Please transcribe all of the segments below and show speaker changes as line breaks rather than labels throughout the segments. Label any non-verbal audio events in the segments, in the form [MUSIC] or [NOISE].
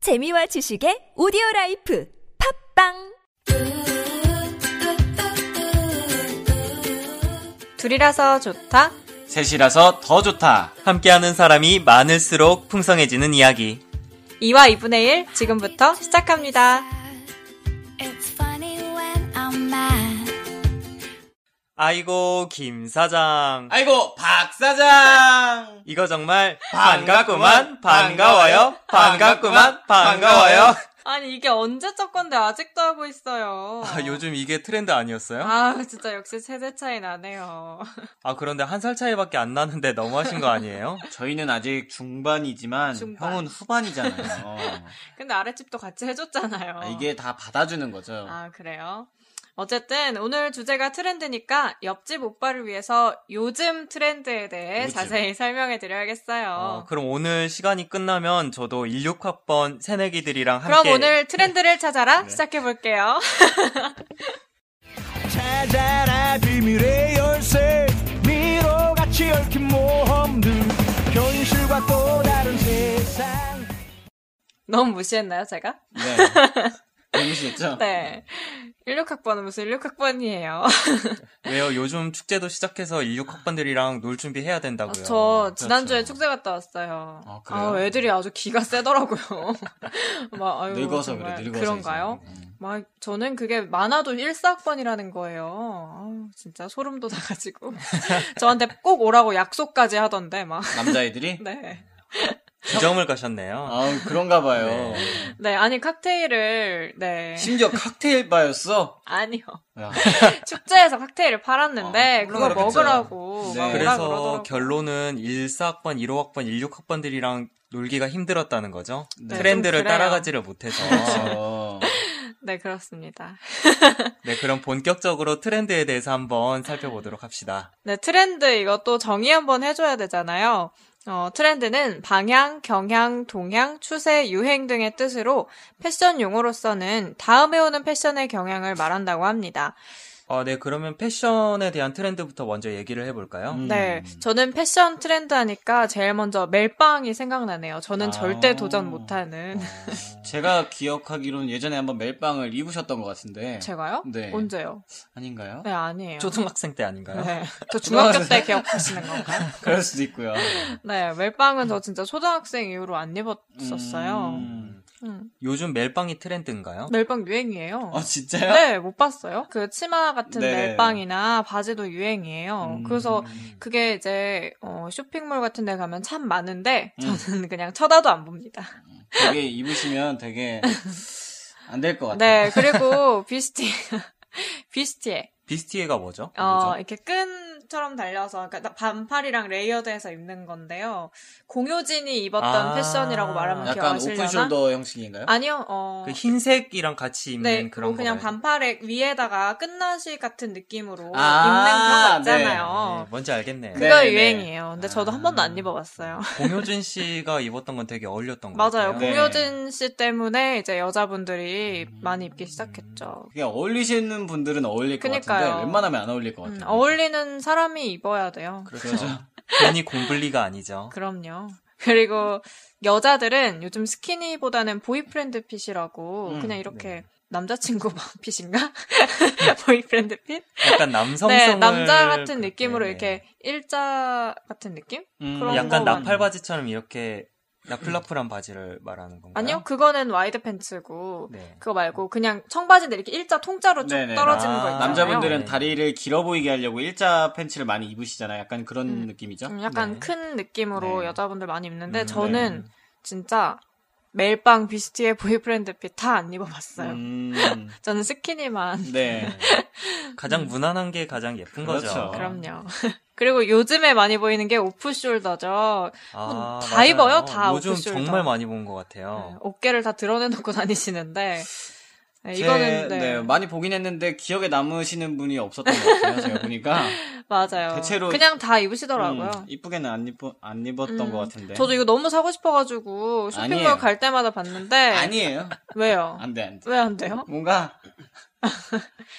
재미와 지식의 오디오 라이프 팝빵
둘이라서 좋다.
셋이라서 더 좋다.
함께하는 사람이 많을수록 풍성해지는 이야기.
2와 2분의 1 지금부터 시작합니다.
It's funny when I'm mad.
아이고 김 사장.
아이고 박 사장.
이거 정말 반갑구만
반갑구만,
반가워요 반갑구만 반가워요.
아니 이게 언제 적 건데 아직도 하고 있어요.
아, 요즘 이게 트렌드 아니었어요?
아, 진짜 역시 세대 차이 나네요.
아 그런데 한 살 차이밖에 안 나는데 너무하신 거 아니에요?
저희는 아직 중반이지만
중반. 네.
형은 후반이잖아요.
[LAUGHS]
어.
근데 아랫집도 같이 해줬잖아요.
아, 이게 어. 다 받아주는 거죠.
아, 그래요? 어쨌든 오늘 주제가 트렌드니까 옆집 오빠를 위해서 요즘 트렌드에 대해
요즘.
자세히 설명해 [LAUGHS] 드려야겠어요.
어, 그럼 오늘 시간이 끝나면 저도 16학번 새내기들이랑 함께.
그럼 오늘
네.
트렌드를 찾아라 시작해 볼게요.
찾아라 비밀의 열쇠 미로같이 얽힌 모험들 현실과 또 다른 세상
너무 무시했나요, 제가?
네. 재밌었죠?
네. 16학번은 무슨 [LAUGHS]
아,
16학번이에요.
왜요? 요즘 축제도 시작해서 16학번들이랑 놀 준비해야 된다고요.
아, 저 지난주에
그렇죠.
축제 갔다 왔어요.
아, 그래요?
우 애들이 아주 기가 세더라고요. [LAUGHS] 막, 아유,
늙어서
정말
그래. 늙어서
그런가요?
이제. 음.
막 저는 그게 많아도 1사학번이라는 거예요. 아유, 진짜 소름 돋아가지고. [LAUGHS] 저한테 꼭 오라고 약속까지 하던데 막. [LAUGHS]
남자애들이?
네.
지점을 가셨네요.
아 그런가 봐요.
네, 아니 칵테일을 네.
심지어 칵테일 바였어.
아니요.
야,
축제에서 칵테일을 팔았는데
아,
그거
그렇겠죠.
먹으라고
네.
막 오라
그래서
어, 그러더라고요.
결론은 1사학번, 1호학번, 16학번들이랑 놀기가 힘들었다는 거죠.
네.
좀
트렌드를
그래요.
따라가지를 못해서.
어.
네, 그렇습니다.
네, 그럼 본격적으로 트렌드에 대해서 한번 살펴보도록 합시다.
네, 트렌드 이것도 정의 한번 해줘야 되잖아요. 어, 트렌드는 방향, 경향, 동향, 추세, 유행 등의 뜻으로 패션 용어로서는 다음에 오는 패션의 경향을 말한다고 합니다.
어, 네, 그러면 패션에 대한 트렌드부터 먼저 얘기를 해볼까요?
[LAUGHS]
음.
네, 저는 패션 트렌드 하니까 제일 먼저 멜빵이 생각나네요. 저는
아. 네.
절대 도전 못하는
제가 기억하기로는 예전에 한번 멜빵을 입으셨던 것 같은데.
제가요?
네.
언제요?
아닌가요?
네, 아니에요.
초등학생 때 아닌가요?
네, 저 중학교
아,
때 기억하시는 건가요?
그럴 수도 있고요.
네, 멜빵은 저 진짜 초등학생 이후로 안 입었었어요.
음.
음,
요즘 멜빵이 트렌드인가요?
멜빵 유행이에요.
아 진짜요?
네, 못 봤어요. 그 치마 같은
네.
멜빵이나 바지도 유행이에요.
음.
그래서 그게 이제 어, 쇼핑몰 같은 데 가면 참 많은데
음.
저는 그냥 쳐다도 안 봅니다.
되게
[LAUGHS]
입으시면 되게 안 될 것 같아요.
네, 그리고 비스티 [LAUGHS] 비스티에
비스티에가 뭐죠?
어, 이렇게 끈처럼 달려서 그러니까 반팔이랑 레이어드해서 입는 건데요. 공효진이 입었던
아,
패션이라고 말하면
약간
기억하시려나?
오픈숄더 형식인가요?
아니요. 어,
그 흰색이랑 같이 입는
네,
그런
그리고
거.
그냥
말고.
반팔에 위에다가 끝나시 같은 느낌으로
아,
입는 그런 거 있잖아요.
네, 뭔지 알겠네요.
네. 아,
그거 유행이에요. 근데 저도 한 번도 안 입어봤어요.
공효진 씨가 입었던 건 되게 어울렸던
[LAUGHS]
것
맞아요.
같아요.
네.
공효진 씨 때문에 이제 여자분들이 많이 입기 시작했죠.
그게 어울리시는 분들은 어울릴 것
그니까요.
같은데 웬만하면 안 어울릴 것
음,
같아요.
어울리는 사람이 입어야 돼요.
그렇죠. 괜히 공블리가 아니죠.
그럼요. [LAUGHS] 그리고 여자들은 요즘 스키니보다는 보이프렌드 핏이라고
음,
그냥 이렇게 남자친구 [LAUGHS] 핏인가? 보이프렌드 핏?
약간 남성성을
네, 남자 같은
그렇게,
느낌으로
네.
이렇게 일자 같은 느낌?
음,
그런
약간
거
나팔바지처럼 이렇게 나플라플한 바지를 말하는 건가요?
아니요, 그거는 와이드 팬츠고
네.
그거 말고 그냥 청바지인데 이렇게 일자 통짜로 쭉
네네.
떨어지는 거
아,
있잖아요.
남자분들은
네.
다리를 길어 보이게 하려고 일자 팬츠를 많이 입으시잖아요. 약간 그런
음.
느낌이죠.
좀 약간
네.
큰 느낌으로
네.
여자분들 많이 입는데
음,
저는
네.
진짜 멜빵 비스티의 보이프렌드 핏다 안 입어봤어요.
음,
저는 스키니만.
네.
가장 무난한 게 가장 예쁜 거죠.
그렇죠.
그럼요. [LAUGHS] 그리고 요즘에 많이 보이는 게 오프숄더죠.
아,
뭐 다
맞아요.
입어요, 다
요즘
오프숄더.
정말 많이 본 것
네,
같아요.
어깨를 다 드러내놓고 [LAUGHS] 다니시는데 [LAUGHS] 네,
제-
이거는 네,
네, 많이 보긴 했는데 기억에 남으시는 분이 없었던 것 같아요. 제가 보니까
맞아요.
대체로-
[LAUGHS] 그냥 다 입으시더라고요.
음, 이쁘게는 안, 입안 입었던
음,
것 같은데.
저도 이거 너무 사고 싶어가지고 쇼핑몰
아니에요.
갈 때마다 봤는데
아니에요.
왜요?
안 돼, 안 돼.
왜 안
[LAUGHS]
돼요? [LAUGHS]
뭔가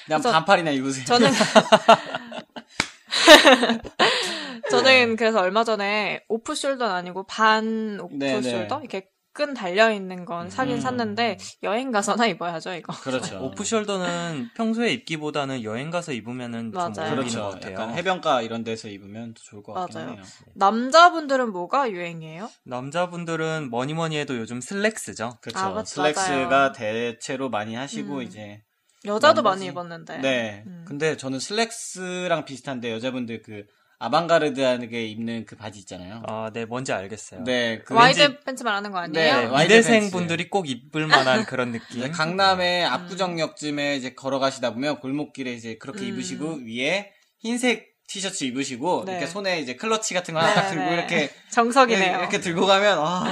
그냥
저-
반팔이나 입으세요.
저는 저는 그래서 얼마 전에 오프숄더는 아니고 반
네,
오프숄더
네.
이렇게 끈 달려 있는 건 사긴
음.
샀는데 여행 가서나 입어야죠 이거.
[LAUGHS] 그렇죠.
오프숄더는 평소에 입기보다는 여행 가서 입으면은 좀
맞아요.
어울리는
그렇죠.
것 같아요.
약간 해변가 이런 데서 입으면 더 좋을 것 같긴
네. 음. 맞아요.
해요.
남자분들은 뭐가 유행이에요?
남자분들은 뭐니 뭐니 해도 요즘 슬랙스죠.
그렇죠.
아, 맞-
슬랙스가
맞아요.
대체로 많이 하시고
음.
이제
여자도
남자지.
많이 입었는데.
네.
음.
근데 저는 슬랙스랑 비슷한데 여자분들 그 아방가르드하게 입는 그 바지 있잖아요.
아, 네, 뭔지 알겠어요.
네. 그
와이드
왠지
팬츠 말하는 거
네,
아니에요?
와이드
미대생
팬츠.
분들이 꼭
[LAUGHS]
입을 만한 그런
이제
느낌.
음.
강남의 압구정역쯤에 이제 걸어가시다 보면 골목길에 이제 그렇게
음.
입으시고 위에 흰색 티셔츠 입으시고
네.
이렇게 손에 이제 클러치 같은 거 하나
네,
들고
네. [LAUGHS]
이렇게
정석이네요.
이렇게 들고 가면 아
어,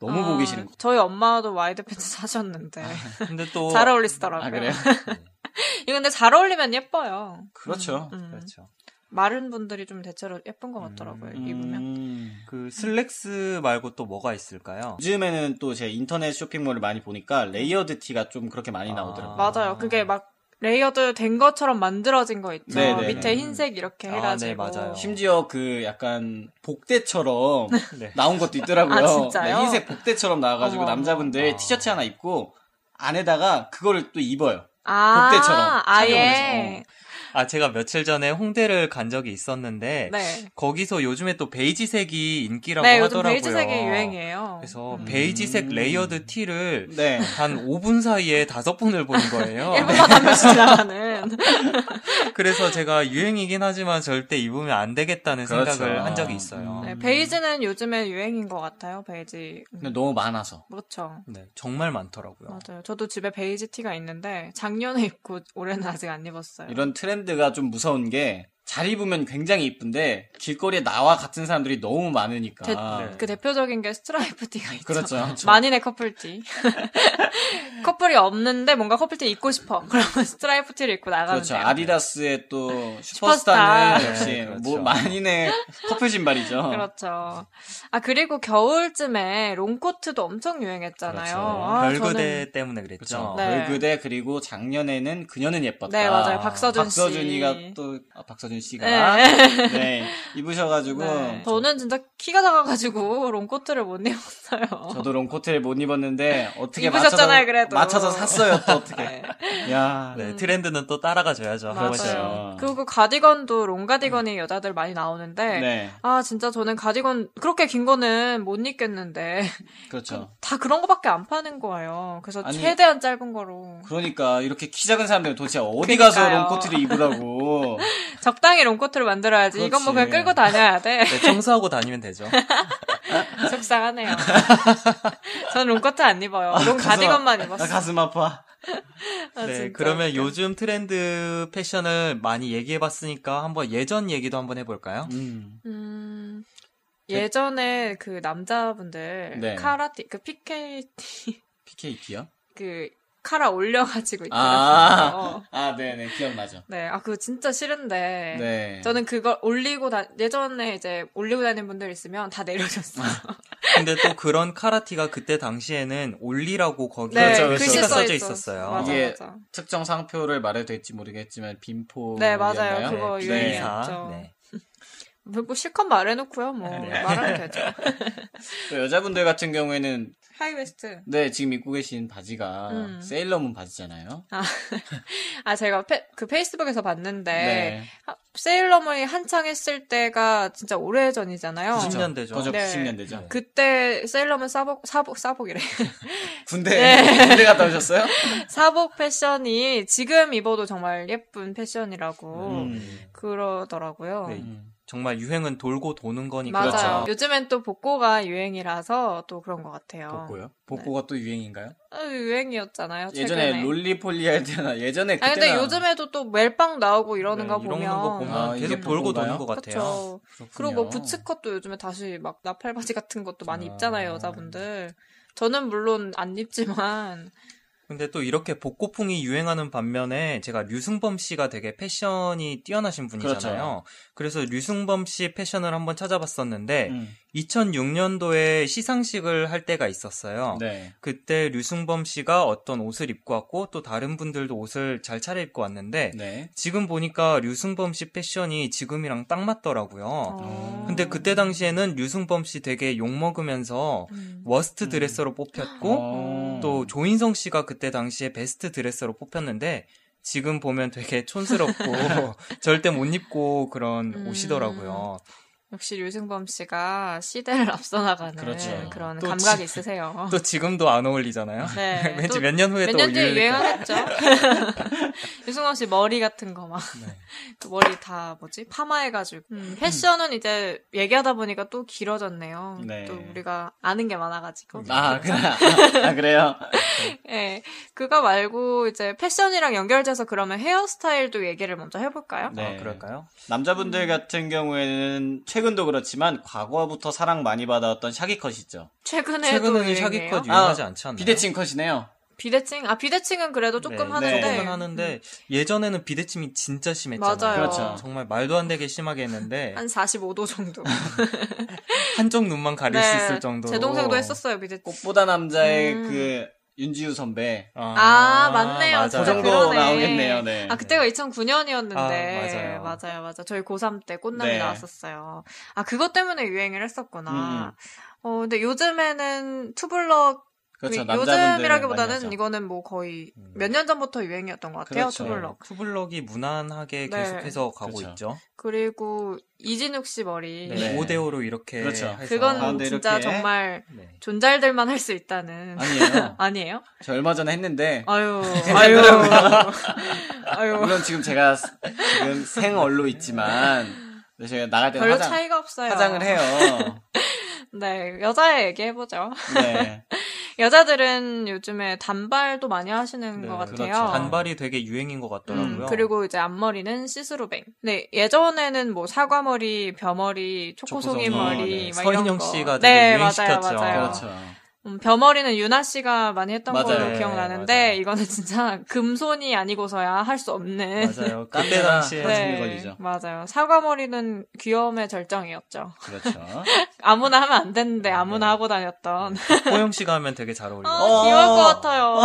너무
어,
보기 싫은 거.
저희 엄마도 와이드 팬츠 사셨는데
근데 또
잘 어울리시더라고요.
아 그래요?
[LAUGHS] 이거 근데 잘 어울리면 예뻐요.
[LAUGHS] 그렇죠.
음.
그렇죠.
마른 분들이 좀 대체로 예쁜 것 같더라고요. 입으면.
음.
그 슬랙스 말고 또 뭐가 있을까요?
요즘에는 또 제 인터넷 쇼핑몰을 많이 보니까 레이어드 티가 좀 그렇게 많이
아.
나오더라고요.
맞아요. 그게 막 레이어드 된 것처럼 만들어진 거 있죠.
네, 네,
밑에
네.
흰색 이렇게
아,
해가지고.
네, 맞아요.
심지어 그 약간
[LAUGHS]
복대처럼
네.
나온 것도 있더라고요.
아, 진짜요?
네, 흰색 복대처럼 나와가지고
어머, 어머.
남자분들
아.
티셔츠 하나 입고 안에다가 그거를 또 입어요.
아,
복대처럼 어.
아예.
아, 제가 며칠 전에 홍대를 간 적이 있었는데
네.
거기서 요즘에 또 베이지색이 인기라고
네, 요즘
하더라고요.
베이지색이 유행이에요.
그래서
음.
베이지색 레이어드 티를
네.
한 5분 사이에 다섯 분을 본
[LAUGHS]
거예요.
일본만 한 명씩
[LAUGHS]
지나가는.
그래서 제가 유행이긴 하지만 절대 입으면 안 되겠다는
그렇죠.
생각을 한 적이
음.
있어요.
네, 베이지는 요즘에 유행인 것 같아요, 베이지. 음,
근데 너무 네. 많아서.
그렇죠.
네, 정말 많더라고요.
맞아요. 저도 집에 베이지 티가 있는데, 작년에 입고 올해는 아직 안 입었어요.
음. 이런 트렌드가 좀 무서운 게 잘 입으면 굉장히 이쁜데 길거리에 나와 같은 사람들이 너무 많으니까.
대- 그 대표적인 게 스트라이프 티가 있죠.
아, 네. [LAUGHS]
[LAUGHS]
그렇죠.
만인의 커플티. [LAUGHS] 커플이 없는데 뭔가 커플티 입고 싶어. [LAUGHS] 그러면 스트라이프 티를 입고 나가면
그렇죠.
돼요. 네.
아디다스의 또
슈퍼스타.
슈퍼스타는 역시
네, 그렇죠.
뭐 만인의 커플
[LAUGHS]
신발이죠.
그렇죠. 아 그리고 겨울쯤에 롱코트도 엄청 유행했잖아요.
그렇죠.
아,
별그대
저는-
때문에 그랬죠.
그렇죠.
네.
벌그대 그리고 작년에는 그녀는 예뻤다.
네 맞아요. 박서준 씨.
박서준이가 또 아, 박서준 씨가
네.
네, 입으셔가지고
네.
저,
저는 진짜 키가 작아가지고 롱코트를 못 입었어요.
도 롱코트를 못 입었는데 어떻게
뭐 입으셨잖아요,
맞춰서
그래도.
맞춰서 샀어요 또 어떻게.
네,
야,
네, 트렌드는 또 따라가줘야죠. 한 번씩.
음. 맞아요. 그리고 가디건도 롱가디건이 여자들 많이 나오는데
네,
아 진짜 저는 가디건 그렇게 긴 거는 못 입겠는데 [LAUGHS]
그렇죠.
다 그런 거밖에 안 파는 거예요. 그래서
아니,
최대한 짧은 거로
그러니까 이렇게 키 작은 사람들은 도대체 어디 가서
그러니까요.
롱코트를 입으라고.
적당히 롱코트를 만들어야지. 이건 뭐 그냥
그렇지.
끌고 다녀야 돼. [LAUGHS]
네, 청소하고 다니면 되죠.
속상하네요. [LAUGHS] 전 롱코트 안 입어요. 롱 [LAUGHS]
가슴
가디건만
아-
입었어.
아, 가슴 아파.
아,
네,
진짜.
그러면 요즘 트렌드 패션을 많이 얘기해봤으니까 한번 예전 얘기도 한번 해볼까요?
음.
음, 예전에 그 남자분들
네.
카라티 그 PKT
PKT요?
그 카라 올려가지고
아,
있더라고요.
아, 네네, 기억나죠.
네, 아 그거 진짜 싫은데.
네.
저는 그걸 올리고 다 예전에 이제 올리고 다니는 분들 있으면 다 내려줬어요.
아,
근데 또 그런 카라티가 그때 당시에는 올리라고 거기에
네,
그렇죠, 그렇죠.
글씨
글씨가
써
써져
있었-
있었어요. 네.
맞아,
이게
맞아.
특정 상표를 말해도 될지 모르겠지만 빈포
네, 맞아요.
네,
그거
비행사.
유행이었죠.
네.
뭐 실컷 말해놓고요, 뭐 말하면
네. [LAUGHS]
되죠.
또 여자분들 같은 경우에는
하이웨스트.
네 지금 입고 계신 바지가
음.
세일러문 바지잖아요.
아 제가 페, 그 페이스북에서 봤는데
네,
하- 세일러문이 한창 했을 때가 진짜 오래 전이잖아요.
90년 되죠.
그렇죠. 거저
네.
90년대죠.
그때 세일러문 사복 사복 사복이래. [LAUGHS]
군대
네.
군대 갔다
[LAUGHS]
오셨어요?
사복 패션이 지금 입어도 정말 예쁜 패션이라고
음.
그러더라고요.
네, 정말 유행은 돌고 도는 거니까.
맞아요.
그렇죠.
요즘엔 또 복고가 유행이라서 또 그런 것 같아요.
복고요? 복고가 또 유행인가요?
아, 유행이었잖아요.
예전에
최근에.
롤리폴리 할 때나 예전에 그때나
아 근데 요즘에도 또 멜빵 나오고 이러는
네,
거
이런
보면
거 보면
아, 이게
계속 돌고
복고인가요?
도는 것 같아요.
그렇죠.
그렇군요.
그리고 뭐 부츠컷도 요즘에 다시 막 나팔바지 같은 것도 많이 입잖아요, 여자분들. 저는 물론 안 입지만
근데 또 이렇게 복고풍이 유행하는 반면에 제가 류승범 씨가 되게
그렇죠.
패션이 뛰어나신 분이잖아요. 그래서 류승범 씨 패션을 한번 찾아봤었는데
음.
2006년도에 시상식을 할 때가 있었어요.
네.
그때 류승범 씨가 어떤 옷을 입고 왔고 또 다른 분들도 옷을 잘 차려입고 왔는데
네.
지금 보니까 류승범 씨 패션이 지금이랑 딱 맞더라고요.
어.
근데 그때 당시에는 류승범 씨 되게 욕먹으면서
음.
워스트 드레서로 뽑혔고
어.
또 조인성 씨가 그때 당시에 베스트 드레서로 뽑혔는데 지금 보면 되게 촌스럽고
[LAUGHS]
절대 못 입고 그런
음.
옷이더라고요.
역시 유승범 씨가 시대를 앞서 나가는
그렇죠.
그런
또
감각이
지-
있으세요.
또 지금도 안 어울리잖아요.
네.
왠지
또
몇 년 후에
몇
또
년 뒤에
올릴 거예요.
유행하겠죠.
[LAUGHS]
유승범 씨 머리 같은 거 막.
네.
그 머리 다 뭐지? 파마해가지고. 음, 패션은 이제 얘기하다 보니까 또 길어졌네요.
네.
또 우리가 아는 게 많아가지고.
아, 그래. 아, 그래요?
예. 그거 말고 이제 패션이랑 연결돼서 그러면 헤어스타일도 얘기를 먼저 해볼까요?
네.
아, 그럴까요?
남자분들
음.
같은 경우에는 최근도 그렇지만 과거부터 사랑 많이 받아왔던 샤기 컷이죠.
최근에도
최근에는
네, 유행해요?
샤기컷 유행하지
아,
않지 않나요?
비대칭 컷이네요.
비대칭? 아, 비대칭은 그래도 조금
네,
하는데. 음.
조금은
은 하는데 예전에는 비대침이 진짜 심했잖아요.
맞아요.
그렇죠.
정말 말도 안 되게 심하게 했는데
한 45도
[LAUGHS]
정도. 네.
한쪽 눈만 가릴 수 있을 정도로.
제 동생도 했었어요, 비대칭.
꽃보다 남자의
음.
그 윤지우 선배.
아, 맞네요.
맞아요.
진짜
그 정도
그러네.
나오겠네요, 네.
아, 그때가 2009년이었는데.
아, 맞아요.
맞아요, 맞아요. 저희 고3 때 꽃남이
네.
나왔었어요. 아, 그것 때문에 유행을 했었구나.
음.
어, 근데 요즘에는 투블럭,
그렇죠.
그-
남자분들 많이
요즘이라기보다는
하죠. 음.
이거는 뭐 거의 몇 년 전부터 유행이었던 것 같아요,
그렇죠.
투블럭.
투블럭이 무난하게
네.
계속해서 가고
그렇죠.
있죠.
그리고 이진욱 씨 머리.
네.
네.
5대5로 이렇게
그렇죠.
해서
그건
가운데
진짜
이렇게.
정말
네.
존잘들만 할 수 있다는.
아니에요.
아니에요?
저 얼마 전에 했는데 [LAUGHS]
아유, 아유, 아유.
물론 지금 제가 스- 지금 생얼로 있지만 근데 제가 나갈 때는
별로
네, 화장,
차이가 없어요.
화장을 해요.
네, 여자애 얘기해보죠.
네.
여자들은 요즘에 단발도 많이 하시는
네,
것 같아요.
그렇죠.
단발이 되게 유행인 것 같더라고요.
음, 그리고 이제 앞머리는 시스루뱅. 네, 예전에는 뭐 사과머리, 벼머리, 초코송이
초코송이,
머리,
네.
막 이런
서인영
거.
씨가 되게
네, 맞아요, [LAUGHS]
유행시켰죠.
맞아요.
그렇죠.
음, 벼머리는 유나 씨가 많이 했던
맞아요.
걸로
네,
기억나는데
맞아요.
이거는 진짜 [LAUGHS] 금손이 아니고서야 할 수 없는.
맞아요.
딴
그때
데가
당시에
네. 나중에 걸리죠.
맞아요. 사과머리는 귀여움의 절정이었죠.
그렇죠.
아무나 하면 안 됐는데 아무나
네.
하고 다녔던.
[LAUGHS] 호영 씨가 하면 되게 잘 어울려요.
아, 귀여울 것 같아요.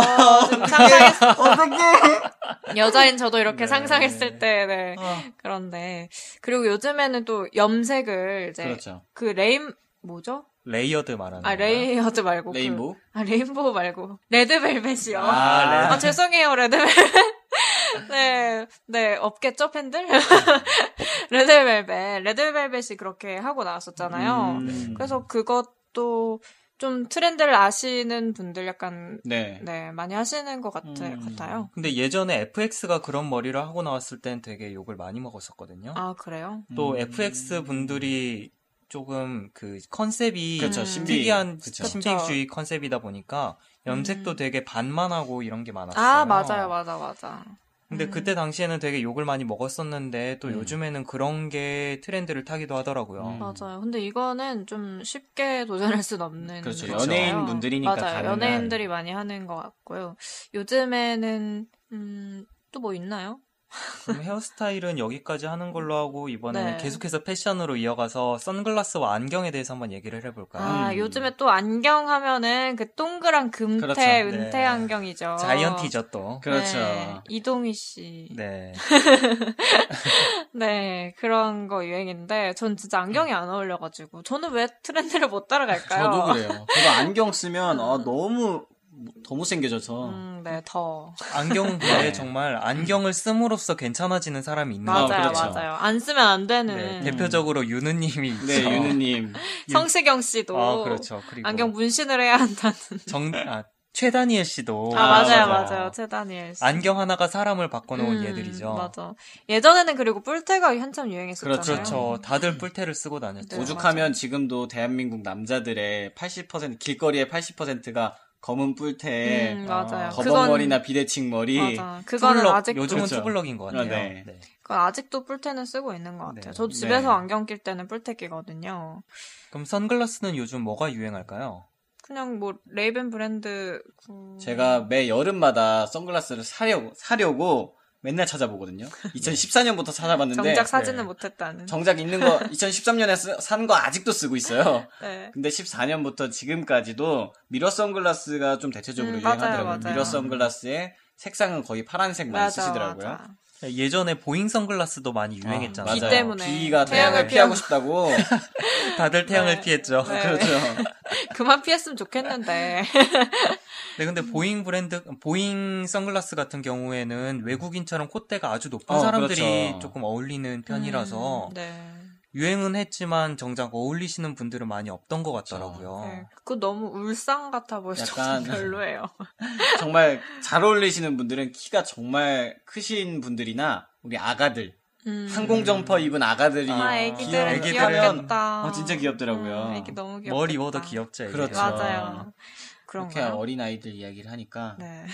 지금 상상했, 여자인 저도 이렇게
네.
상상했을 때, 네. 그런데. 그리고 요즘에는 또 염색을 이제.
그렇죠.
그 레인, 뭐죠?
레이어드 말하는
아, 레이어드 말고. 그-
레인보우?
아, 레인보우 말고. 레드벨벳이요. 아,
아, 네.
죄송해요, 레드벨벳. [LAUGHS] 네, 네, 없겠죠, 팬들? [LAUGHS] 레드벨벳. 레드벨벳이 그렇게 하고 나왔었잖아요.
음.
그래서 그것도 좀 트렌드를 아시는 분들 약간
네.
네, 많이 하시는 것 같,
음.
같아요.
근데 예전에 FX가 그런 머리를 하고 나왔을 땐 되게 욕을 많이 먹었었거든요.
아, 그래요?
또
음.
FX 분들이 조금 그 컨셉이
그쵸,
좀
그렇죠. 신비.
특이한
그쵸.
신비주의
그렇죠.
컨셉이다 보니까 염색도 되게 반만하고 이런 게 많았어요.
음. 아, 맞아요, 음. 맞아, 맞아.
근데 그때 당시에는 되게 욕을 많이 먹었었는데 또
음.
요즘에는 그런 게 트렌드를 타기도 하더라고요.
음.
맞아요. 근데 이거는 좀 쉽게 도전할 순 없는.
그렇죠.
거잖아요.
연예인분들이니까
맞아요.
가능한.
연예인들이 많이 하는 것 같고요. 요즘에는, 음, 또 뭐 있나요?
그럼 헤어스타일은 여기까지 하는 걸로 하고
네.
이번에는 계속해서 패션으로 이어가서 선글라스와 안경에 대해서 한번 얘기를 해볼까요?
아,
음.
요즘에 또 안경 하면은 그 동그란 금태,
그렇죠. 네.
은퇴 안경이죠.
자이언티죠 또.
그렇죠.
네, 이동희 씨. 네.
네.
그런 거 유행인데, 전 진짜 안경이 안 어울려가지고. 저는 왜 트렌드를 못 따라갈까요?
음. 저도 그래요. 저도 안경 쓰면 아, 너무 더
어.
못생겨져서
음, 네, 더.
안경은 근데
네.
정말 안경을 씀으로써 괜찮아지는 사람이 있는
맞아요,
것 같아요.
맞아요. 안 쓰면 안 되는.
네, 대표적으로 유느님이 있죠.
네, 유느님.
성시경 씨도
아, 그렇죠. 그리고
안경 문신을 해야 한다는.
정 아, 최다니엘 씨도
아, 맞아요,
맞아요.
맞아요. 최다니엘 씨.
안경 하나가 사람을 바꿔놓은
음,
얘들이죠.
맞아. 예전에는 그리고 뿔테가 한참 유행했었잖아요.
그렇죠. 다들 뿔테를 쓰고
음.
다녔죠.
네,
오죽하면 지금도 대한민국 남자들의 80% 길거리의 80%가 검은 뿔테에
음, 맞아요.
버벅 머리나 비대칭 머리.
맞아. 그거는
투블럭,
아직도
요즘은
그렇죠.
투블럭인 것 같아요.
아, 네.
네.
그건 아직도 뿔테는 쓰고 있는 것 같아요.
네.
저도
네.
집에서 안경 낄 때는 뿔테 끼거든요.
그럼 선글라스는 요즘 뭐가 유행할까요?
그냥 뭐 레이벤 브랜드 그-
제가 매 여름마다 선글라스를 사려고 사려고 맨날 찾아보거든요. 2014년부터 찾아봤는데
정작 사진은
네.
못했다는.
정작 있는 거 2013년에 산 거 아직도 쓰고 있어요.
네.
근데 14년부터 지금까지도 미러 선글라스가 좀 대체적으로
음, 맞아요,
유행하더라고요.
맞아요.
미러 선글라스의 색상은 거의 파란색 많이 쓰시더라고요.
맞아.
예전에 보잉 선글라스도 많이 유행했잖아요.
비 맞아요. 때문에.
가 태양을
태양을
피하고
피하고
싶다고.
[LAUGHS]
다들 태양을
네.
피했죠.
네.
그렇죠.
그만 피했으면 좋겠는데.
[LAUGHS] 네,
음.
근데 보잉 브랜드, 보잉 선글라스 같은 경우에는 외국인처럼 콧대가 아주 높은
음. 어,
사람들이
그렇죠.
조금 어울리는 편이라서
음, 네.
유행은 했지만 정작 어울리시는 분들은 많이 없던 것
그렇죠.
같더라고요.
네. 그거 너무 울상 같아 보여서
어. 약간-
좀 별로예요.
정말 잘 어울리시는 분들은 키가 정말 크신 분들이나 우리 아가들
[LAUGHS] 음.
항공 점퍼 입은 아가들이
아,
귀여운
애기들은
애기들은-
귀엽겠다. 음,
어, 진짜 귀엽더라고요.
애기 너무 귀엽다.
뭘 입어도 귀엽죠. 이게.
그렇죠.
맞아요. 그런
그렇게
거.
어린 아이들 이야기를 하니까
네.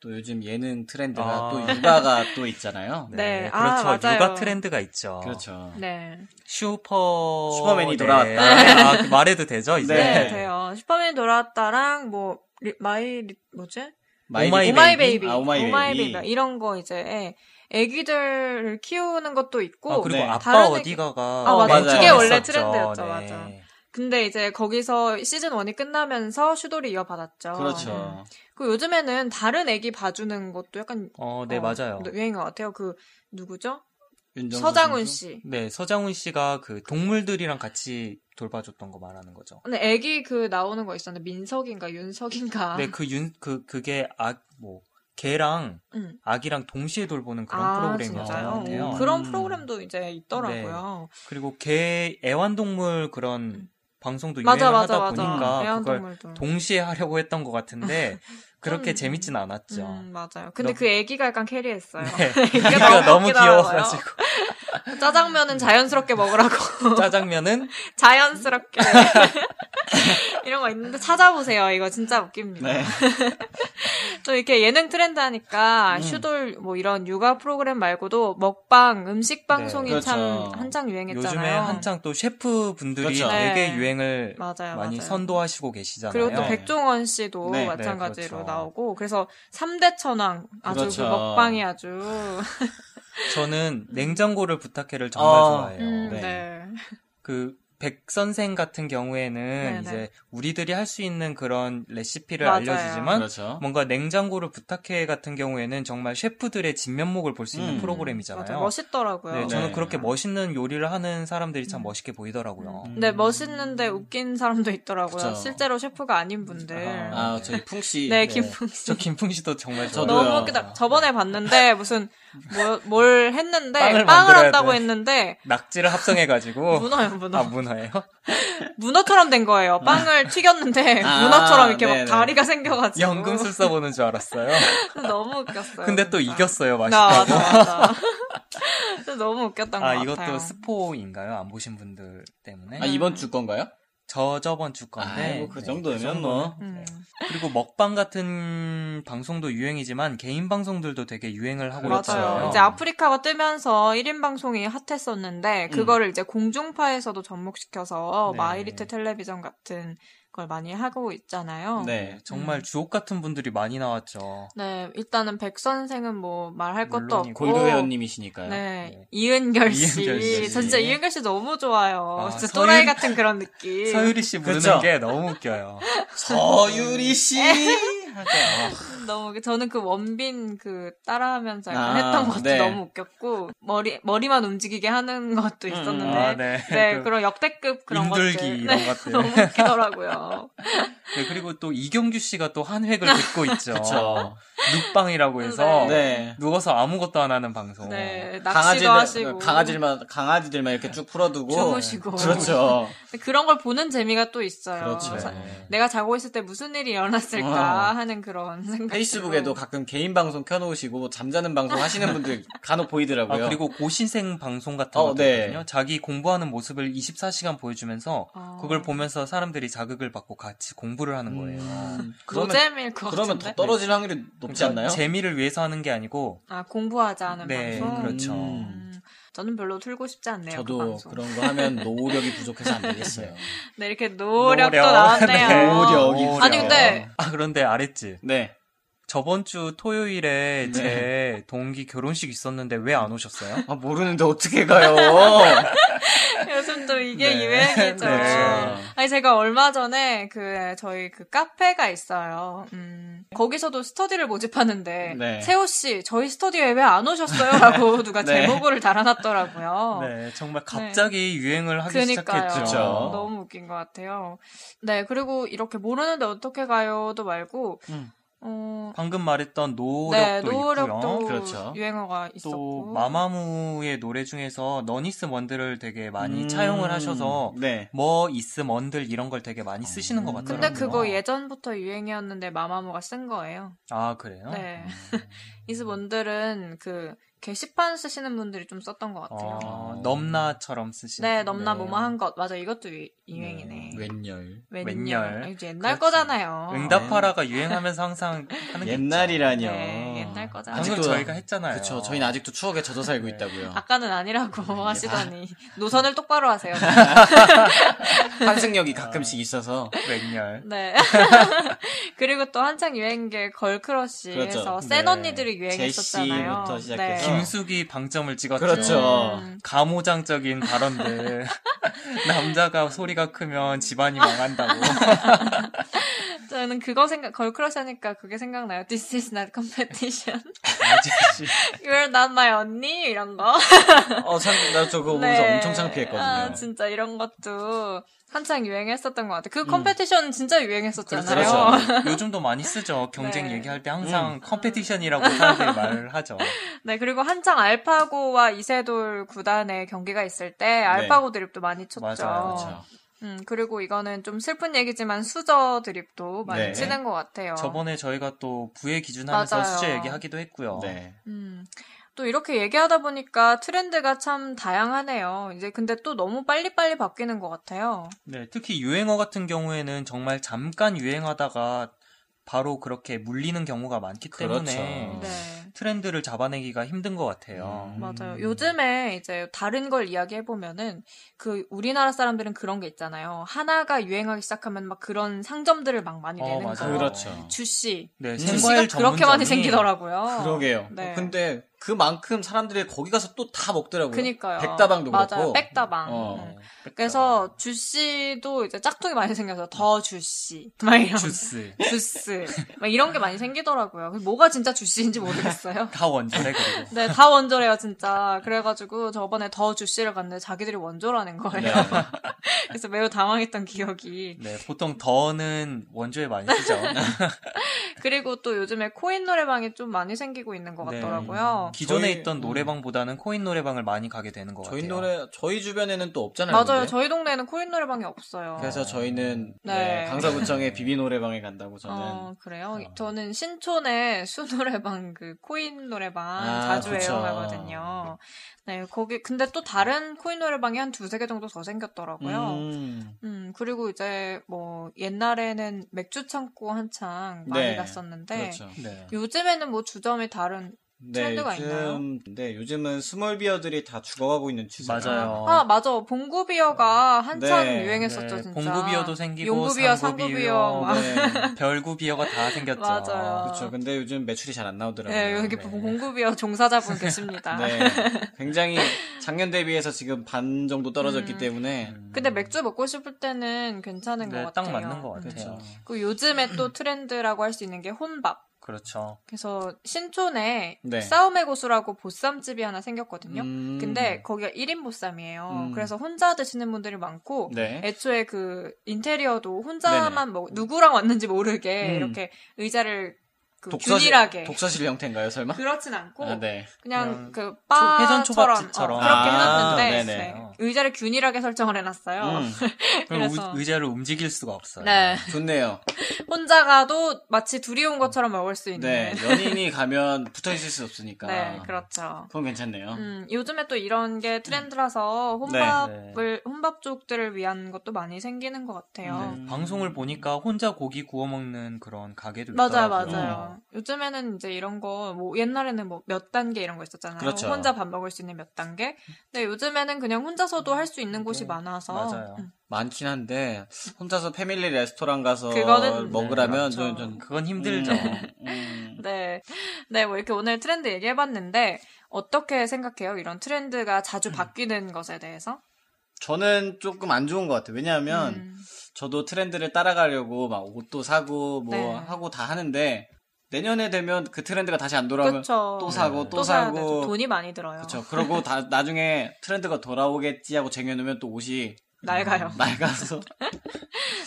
또 요즘 예능 트렌드가
아.
또 육아가 또 있잖아요.
네,
네. 아,
그렇죠.
맞아요.
육아 트렌드가 있죠.
그렇죠.
네.
슈퍼
슈퍼맨이
네.
돌아왔다.
아, 그 말해도 되죠 이제.
네,
네.
돼요. 슈퍼맨 돌아왔다랑 뭐 리- 마이 리- 뭐지?
오마이
오마이 베이비,
아, 오마이 베이비.
이런 거 이제 예, 애기들을 키우는 것도 있고
아, 그리고
네.
아빠
다른 애기-
어디가가
아,
맞아요. 그게
원래
했었죠. 네.
트렌드였죠, 맞아. 근데 이제 거기서 시즌 1이 끝나면서 슈돌이 이어받았죠.
그렇죠.
그 요즘에는 다른 애기 봐주는 것도 약간
어, 네
어,
맞아요.
유행인 것 같아요. 그 누구죠?
네. 윤정수
서장훈
선수.
씨.
네, 서장훈 씨가 그 동물들이랑 같이 돌봐줬던 거 말하는 거죠.
근데 애기 그 나오는 거 있었는데 민석인가 윤석인가. [LAUGHS]
네, 그 윤, 그, 그게 아, 뭐, 개랑
응.
아기랑 동시에 돌보는 그런 프로그램이었던
아, 진짜요?
것
오,
같아요. 네.
그런
음.
프로그램도 이제 있더라고요.
그리고 개, 애완동물 그런
음.
방송도
맞아,
유행을
맞아,
하다
맞아.
보니까 그걸
애완동물도.
동시에 하려고 했던 것 같은데 그렇게
음.
재밌진 않았죠.
음, 맞아요. 근데
너무-
그 애기가 약간 캐리했어요.
네,
[LAUGHS] 애기가
그러니까 너무
웃기더라고요.
귀여워가지고 네.
짜장면은 자연스럽게 먹으라고. [LAUGHS]
[LAUGHS] 짜장면은 [LAUGHS]
자연스럽게. [LAUGHS] 이런 거 있는데 찾아보세요. 이거 진짜 웃깁니다.
네.
또 이렇게 예능 트렌드 하니까
음.
슈돌 뭐 이런 육아 프로그램 말고도 먹방, 음식 방송이
그렇죠.
참 한창 유행했잖아요.
네, 요즘에 한창 또 셰프 분들이
그렇죠.
되게
네.
유행을
맞아요,
많이
맞아요.
선도하시고 계시잖아요.
그리고 또
네.
백종원 씨도
네, 네,
마찬가지로
그렇죠.
나오고 그래서 3대 천왕 아주 그
그렇죠.
먹방이 아주
그렇죠. 저는 냉장고를 부탁해를 정말
어.
좋아해요.
음,
네.
네.
그 백선생 같은 경우에는
네네.
이제 우리들이 할 수 있는 그런 레시피를
맞아요.
알려주지만
그렇죠.
어.
뭔가 냉장고를 부탁해 같은 경우에는 정말 셰프들의 진면목을 볼 수 있는
음.
맞아요.
프로그램이잖아요.
멋있더라고요.
네, 저는
네.
그렇게 멋있는 요리를 하는 사람들이
음.
참 멋있게 보이더라고요.
근데 네, 멋있는데 웃긴 사람도 있더라고요.
그쵸.
실제로 셰프가 아닌 분들.
그렇죠. 아,
아, 저희 풍씨.
네, 김풍 씨.
저 김풍 씨도 정말
[LAUGHS]
좋아요.
저도요.
너무 웃기다. 저번에 봤는데 무슨 뭐- 뭘 했는데 빵을,
빵을 만들어야
한다고
돼.
했는데
낙지를
[LAUGHS]
합성해가지고
문어요 문어.
아 문어예요?
[LAUGHS] 문어처럼 된 거예요. 빵을
[LAUGHS]
튀겼는데
아,
문어처럼 이렇게
네네.
막 다리가 생겨가지고
연금술사 보는 줄 알았어요.
[LAUGHS] 너무 웃겼어요.
근데 또
진짜.
이겼어요 맛있다.
맞아 맞아. [LAUGHS] 진짜 너무 웃겼던
아
것
이것도
같아요.
스포인가요? 안 보신 분들 때문에
아, 이번 주 건가요?
저 저번 주 건데
아이고, 그
네,
정도면
그 정도는
뭐.
음.
그리고 먹방 같은 방송도 유행이지만 개인 방송들도 되게 유행을 하고
그렇죠.
있어요.
맞아요. 이제 아프리카가 뜨면서 1인 방송이 핫했었는데 그거를 이제 공중파에서도 접목시켜서
음. 네.
마이리트 텔레비전 같은 걸 많이 하고 있잖아요.
네.
정말
음.
주옥 같은 분들이 많이 나왔죠.
네, 일단은 백 선생은 뭐 말할 것도
물론이고.
없고
골드회원님이시니까요.
네,
네.
이은결 씨.
이은결 씨.
저 진짜 이은결 씨 너무 좋아요.
아,
진짜
서윤-
또라이 같은 그런 느낌.
서유리 씨 부르는
그쵸?
게 너무 웃겨요.
[LAUGHS]
서유리 씨. 하죠.
너무 저는 그 원빈 그 따라하면서 약간
아,
했던 것도
네.
너무 웃겼고 머리 머리만 움직이게 하는
음,
것도 있었는데
아, 네.
네,
그
그런 역대급 [LAUGHS] 그런
임들기
것들.
이런
네, [LAUGHS]
것들.
너무 웃기더라고요.
어,
네, 그리고 또 이경규 씨가 또 한 획을 긋고 있죠.
[LAUGHS] 그쵸.
눕방이라고 해서
네.
누워서 아무것도 안 하는 방송.
네, 낚시도
강아지들,
하시고
강아지들만, 강아지들만 이렇게 쭉 풀어두고.
주무시고. [LAUGHS]
그렇죠.
그런 걸 보는 재미가 또 있어요.
그렇죠.
자, 내가 자고 있을 때 무슨 일이 일어났을까 하는 그런 생각.
페이스북에도 가끔 개인 방송 켜놓으시고 뭐 잠자는 방송 하시는 분들 간혹
아,
보이더라고요.
그리고 고신생 방송 같은
어,
것도
네.
있거든요. 자기 공부하는 모습을 24시간 보여주면서
아.
그걸 보면서 사람들이 자극을 받고 같이 공부를 하는 거예요.
음, 그러면,
노잼일 것
그러면
같은데.
더
그렇죠.
떨어질 확률이 높지
그러니까
않나요?
재미를 위해서 하는 게 아니고
아 공부하지 않은
네,
방송.
그렇죠.
음, 저는 별로 틀고 싶지 않네요. 그
저도
방송.
그런 거 하면 노력이 부족해서
[LAUGHS]
안 되겠어요.
네, 이렇게 노력도
노력.
나왔네요.
네.
노력이
아니, 근데
아 그런데 아랫집
네.
저번 주 토요일에 제 동기 결혼식 있었는데 왜 안 오셨어요?
아, 모르는데 어떻게
[LAUGHS]
가요?
요즘 또 이게
네.
유행이죠.
네.
아니 제가 얼마 전에 그 저희 그 카페가 있어요. 음, 거기서도 스터디를 모집하는데
네.
세호 씨 저희 스터디에 왜 안 오셨어요?라고 누가
네.
제보글을 달아놨더라고요.
네, 정말 갑자기 유행을 하기
어. 그니까요.
시작했죠.
그쵸.
너무 웃긴 것 같아요. 네, 그리고 이렇게 모르는데 어떻게 가요도 말고,
음.
어,
방금 말했던 노력도
네,
있고요.
노력도
그렇죠.
유행어가
또
있었고,
마마무의 노래 중에서 너니스 먼들을 되게 많이
음,
차용을 하셔서
네.
뭐 이스 먼들 이런 걸 되게 많이 쓰시는 것 같더라고요.
음. 근데 그거 예전부터 유행이었는데 마마무가 쓴 거예요.
아 그래요?
네. [LAUGHS] 이스몬들은 그 게시판 쓰시는 분들이 좀 썼던 것 같아요.
어, 넘나처럼 쓰시는.
네, 넘나
네.
뭐뭐한 것. 맞아, 이것도 유- 유행이네.
웬열.
웬열.
이제 옛날
그렇죠.
거잖아요.
응답하라가 유행하면서 항상 하는 게
옛날이라뇨.
네, 옛날 거잖아요.
방금
아직도-
저희가 했잖아요. 네.
그쵸. 저희는 아직도 추억에 젖어 살고 있다고요.
아까는 아니라고
예. [LAUGHS]
하시더니 노선을 똑바로 하세요.
환승역이
아. [LAUGHS]
가끔씩 있어서.
맹렬.
네. [LAUGHS] 그리고 또 한창 유행인 게 걸크러쉬에서
그렇죠.
센
네.
언니들이 유행했었잖아요.
제시부터 시작해서.
네.
김숙이 방점을 찍었죠.
그렇죠.
음. [LAUGHS]
가모장적인 발언들. 남자가 소리가 크면 집안이 망한다고.
[LAUGHS] 저는 그거 생각 걸크러쉬 하니까 그게 생각나요. This is not competition. [LAUGHS]
아저씨.
You're not my 언니 이런 거.
어, 참, 나 저거 보면서
네.
엄청 창피했거든요.
아, 진짜 이런 것도 한창 유행했었던 것 같아요. 그 컴페티션 진짜 유행했었잖아요.
음. 그렇죠.
요즘도 많이 쓰죠. 경쟁
네.
얘기할 때
음.
항상 컴페티션이라고 사람들이 말을 하죠.
[LAUGHS] 네, 그리고 한창 알파고와 이세돌 구단의 경기가 있을 때 알파고 드립도 많이 쳤죠.
맞아요,
네. 그렇죠.
음, 그리고 이거는 좀 슬픈 얘기지만 수저 드립도 많이
네.
치는 것 같아요.
저번에 저희가 또 부의 기준하면서
맞아요.
수제 얘기하기도 했고요.
네.
음, 또 이렇게 얘기하다 보니까 트렌드가 참 다양하네요. 이제 근데 또 너무 빨리빨리 바뀌는 것 같아요.
네, 특히 유행어 같은 경우에는 정말 잠깐 유행하다가 바로 그렇게 물리는 경우가 많기 때문에
그렇죠.
네.
트렌드를 잡아내기가 힘든 것 같아요.
음.
맞아요. 요즘에 이제 다른 걸 이야기해보면은 그 우리나라 사람들은 그런 게 있잖아요. 하나가 유행하기 시작하면 막 그런 상점들을 막 많이
어,
내는
맞아요.
거.
그렇죠.
주씨.
네,
주씨가
생과일
음. 그렇게 많이
전문점이
생기더라고요.
그러게요.
네.
근데 그만큼 사람들이 거기 가서 또 다 먹더라고요.
그니까요.
백다방도
맞아요.
그렇고.
백다방.
어.
음. 그래서 주씨도 이제 짝퉁이 많이 생겨서 더 주씨 막 이런
주스
주스 막 이런 게 많이 생기더라고요. 그래서 뭐가 진짜 주씨인지 모르겠어요.
다 원조래 그리고.
네, 다 원조래요, 진짜. 그래가지고 저번에 더 주씨를 갔는데 자기들이 원조라는 거예요.
네.
[LAUGHS] 그래서 매우 당황했던 기억이.
네, 보통 더는 원조에 많이
[LAUGHS]
쓰죠.
그리고 또 요즘에 코인 노래방이 좀 많이 생기고 있는 것
네.
같더라고요.
기존에
저희- 음.
있던 노래방보다는 코인 노래방을 많이 가게 되는 것
저희
같아요.
노래, 저희 주변에는 또 없잖아요.
맞아요.
근데.
저희 동네에는 코인 노래방이 없어요.
그래서 저희는
네.
네, 강사구청의 비비 노래방에 간다고 저는.
어, 그래요?
어.
저는 신촌에 수노래방, 그, 코인 노래방
아,
자주
그쵸.
애용하거든요. 네, 거기, 근데 또 다른 코인 노래방이 한 두세 개 정도 더 생겼더라고요. 음.
음.
그리고 이제 뭐, 옛날에는 맥주 창고 한창 많이
네,
갔었는데,
그렇죠. 네,
네.
요즘에는 뭐 주점이 다른, 트렌드가
요즘,
있나요?
네, 요즘은 스몰비어들이 다 죽어가고 있는 추세.
맞아요.
아, 맞아. 봉구비어가 한참
네,
유행했었죠,
네.
진짜.
봉구비어도 생기고
용구비어,
상구비어,
상구비어. 막.
네.
별구비어가 다 생겼죠.
맞아요.
그렇죠. 근데 요즘 매출이 잘 안 나오더라고요.
네, 여기
네.
봉구비어 종사자분 계십니다.
[LAUGHS] 네. 굉장히 작년 대비해서 지금 반 정도
음.
떨어졌기 때문에
근데 맥주 먹고 싶을 때는 괜찮은
네,
것
딱
같아요.
맞는 것 같아요.
그 요즘에 또 트렌드라고 할 수 있는 게 혼밥.
그렇죠.
그래서 신촌에
네.
싸움의 고수라고 보쌈집이 하나 생겼거든요.
음.
근데 거기가 1인 보쌈이에요.
음.
그래서 혼자 드시는 분들이 많고
네.
애초에 그 인테리어도 혼자만 먹 누구랑 왔는지 모르게
음.
이렇게 의자를 그
독서실-
균일하게
독서실 형태인가요, 설마?
그렇진 않고
아, 네.
그냥 그
초- 회전
바처럼
초밥집처럼.
어, 그렇게
아,
해놨는데
네네.
네. 의자를 균일하게 설정을 해놨어요.
음,
그럼
그래서-
우- 의자를 움직일 수가 없어요.
네.
좋네요.
혼자 가도 마치 둘이 온 것처럼 먹을 수 있는.
네.
[LAUGHS] 네,
연인이 가면 붙어 있을 수 없으니까. 음.
그렇죠.
그건 괜찮네요.
음, 요즘에 또 이런 게 트렌드라서
네.
혼밥을, 혼밥족들을 위한 것도 많이 생기는 것 같아요.
네, 방송을 보니까 혼자 고기 구워 먹는 그런 가게도
맞아요,
있더라고요. 어.
맞아요.
음.
요즘에는 이제 이런 거, 뭐, 옛날에는 뭐, 몇 단계 이런 거 있었잖아요.
그렇죠.
혼자 밥 먹을 수 있는 몇 단계. 근데 요즘에는 그냥 혼자서도 할 수 있는 곳이 많아서.
맞아요.
음,
많긴 한데 혼자서 패밀리 레스토랑 가서
그거는-
먹으라면
네,
좀
그렇죠.
좀
그건 힘들죠.
음, 음,
[LAUGHS] 네. 네, 뭐 이렇게 오늘 트렌드 얘기해봤는데, 어떻게 생각해요? 이런 트렌드가 자주
음.
바뀌는 것에 대해서?
저는 조금 안 좋은 것 같아요. 왜냐하면
음.
저도 트렌드를 따라가려고 막 옷도 사고 뭐
네.
하고 다 하는데 내년에 되면 그 트렌드가 다시 안 돌아오면
그쵸. 네.
또 사고 또,
사야
사고
되죠. 돈이 많이 들어요.
그렇죠. 그러고 다 나중에 트렌드가 돌아오겠지 하고 쟁여놓으면
[LAUGHS]
또 옷이
낡아요.
음. 낡아서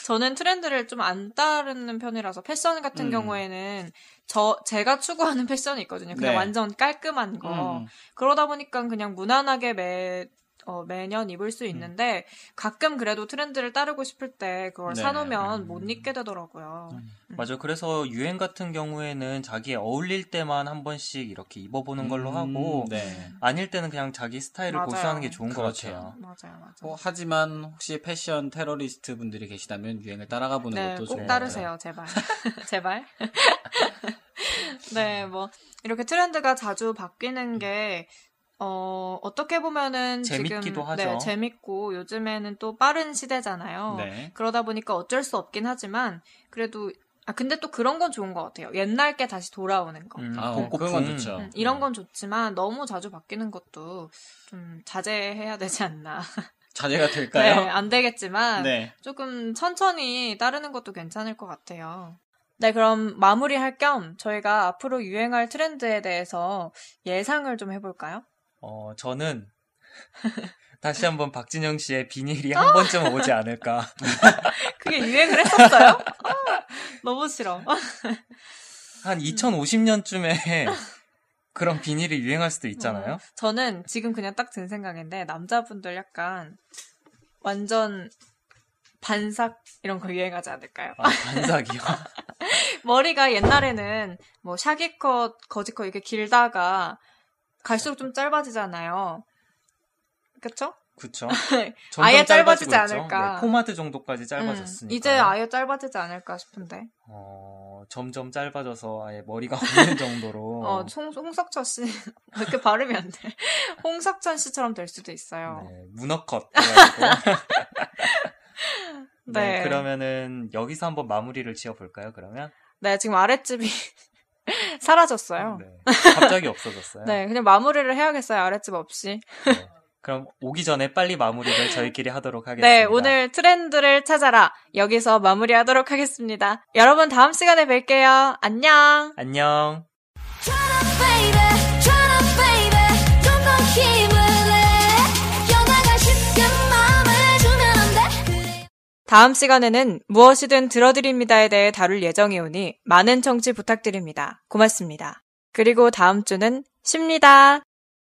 저는 트렌드를 좀 안 따르는 편이라서 패션 같은
음.
경우에는 저 제가 추구하는 패션이 있거든요. 그냥
네.
완전 깔끔한 거.
음.
그러다 보니까 그냥 무난하게 매 어, 매년 입을 수 있는데 가끔 그래도 트렌드를 따르고 싶을 때 그걸
네.
사놓으면 못 입게 되더라고요.
[LAUGHS] 맞아요. 그래서 유행 같은 경우에는 자기에 어울릴 때만 한 번씩 이렇게 입어보는 걸로 하고
음, 네.
아닐 때는 그냥 자기 스타일을
맞아요.
고수하는 게 좋은
그렇죠.
것 같아요.
맞아요, 맞아요.
어, 하지만 혹시 패션 테러리스트 분들이 계시다면 유행을 따라가 보는
네,
것도 좋은
꼭
것
따르세요, 제발. [LAUGHS] 제발. 네, 뭐, 이렇게 트렌드가 자주 바뀌는 게, 어, 어떻게 보면은
재밌기도
지금,
하죠.
네, 재밌고, 요즘에는 또 빠른 시대잖아요.
네.
그러다 보니까 어쩔 수 없긴 하지만, 그래도, 아, 근데 또 그런 건 좋은 것 같아요. 옛날 게 다시 돌아오는 거.
음,
아, 어,
복고풍.
그런 건 좋죠.
음, 이런 건 좋지만 너무 자주 바뀌는 것도 좀 자제해야 되지 않나.
자제가
네,
될까요?
안 되겠지만
네.
조금 천천히 따르는 것도 괜찮을 것 같아요. 네, 그럼 마무리할 겸 저희가 앞으로 유행할 트렌드에 대해서 예상을 좀 해볼까요?
어,
[LAUGHS]
저는 다시 한번 박진영 씨의 비닐이 한 번쯤 오지 않을까.
그게 유행을 했었어요? 아, 너무 싫어. 음.
한 2050년쯤에 [LAUGHS] 그런 비닐이 유행할 수도 있잖아요.
[LAUGHS] 음. 저는 지금 그냥 딱 든 생각인데 남자분들 약간 완전 반삭 이런 거 유행하지 않을까요?
아, 반삭이요.
머리가 옛날에는 뭐 샤기컷, 거지컷 이렇게 길다가 갈수록 좀 짧아지잖아요. 그쵸? [LAUGHS]
그쵸.
아예
점점 짧아지고
짧아지지
있죠.
않을까.
네, 포마드 정도까지
음,
짧아졌으니까.
이제 아예 짧아지지 않을까 싶은데.
어, 점점 짧아져서 아예 머리가 없는 정도로.
[LAUGHS] 어, 홍, 홍석천 씨. [LAUGHS] 왜 이렇게 발음이 안 돼? [LAUGHS] 홍석천 씨처럼 될 수도 있어요.
네, 문어컷. 해가지고.
[LAUGHS] 네.
네, 그러면은 여기서 한번 마무리를 지어볼까요, 그러면?
네, 지금 아랫집이 [LAUGHS] 사라졌어요. 네.
네.
[LAUGHS]
갑자기 없어졌어요.
그냥 마무리를 해야겠어요. 아랫집 없이.
네. 그럼 오기 전에 빨리 마무리를 저희끼리 하도록 하겠습니다.
네, 오늘 트렌드를 찾아라. 여기서 마무리하도록 하겠습니다. 여러분, 다음 시간에 뵐게요. 안녕!
안녕.
Try baby, try baby, 좀 더 힘을 내. 변화가 쉽게 마음을 주면 안 돼.
다음 시간에는 무엇이든 들어드립니다에 대해 다룰 예정이오니 많은 청취 부탁드립니다. 고맙습니다. 그리고 다음 주는 쉽니다.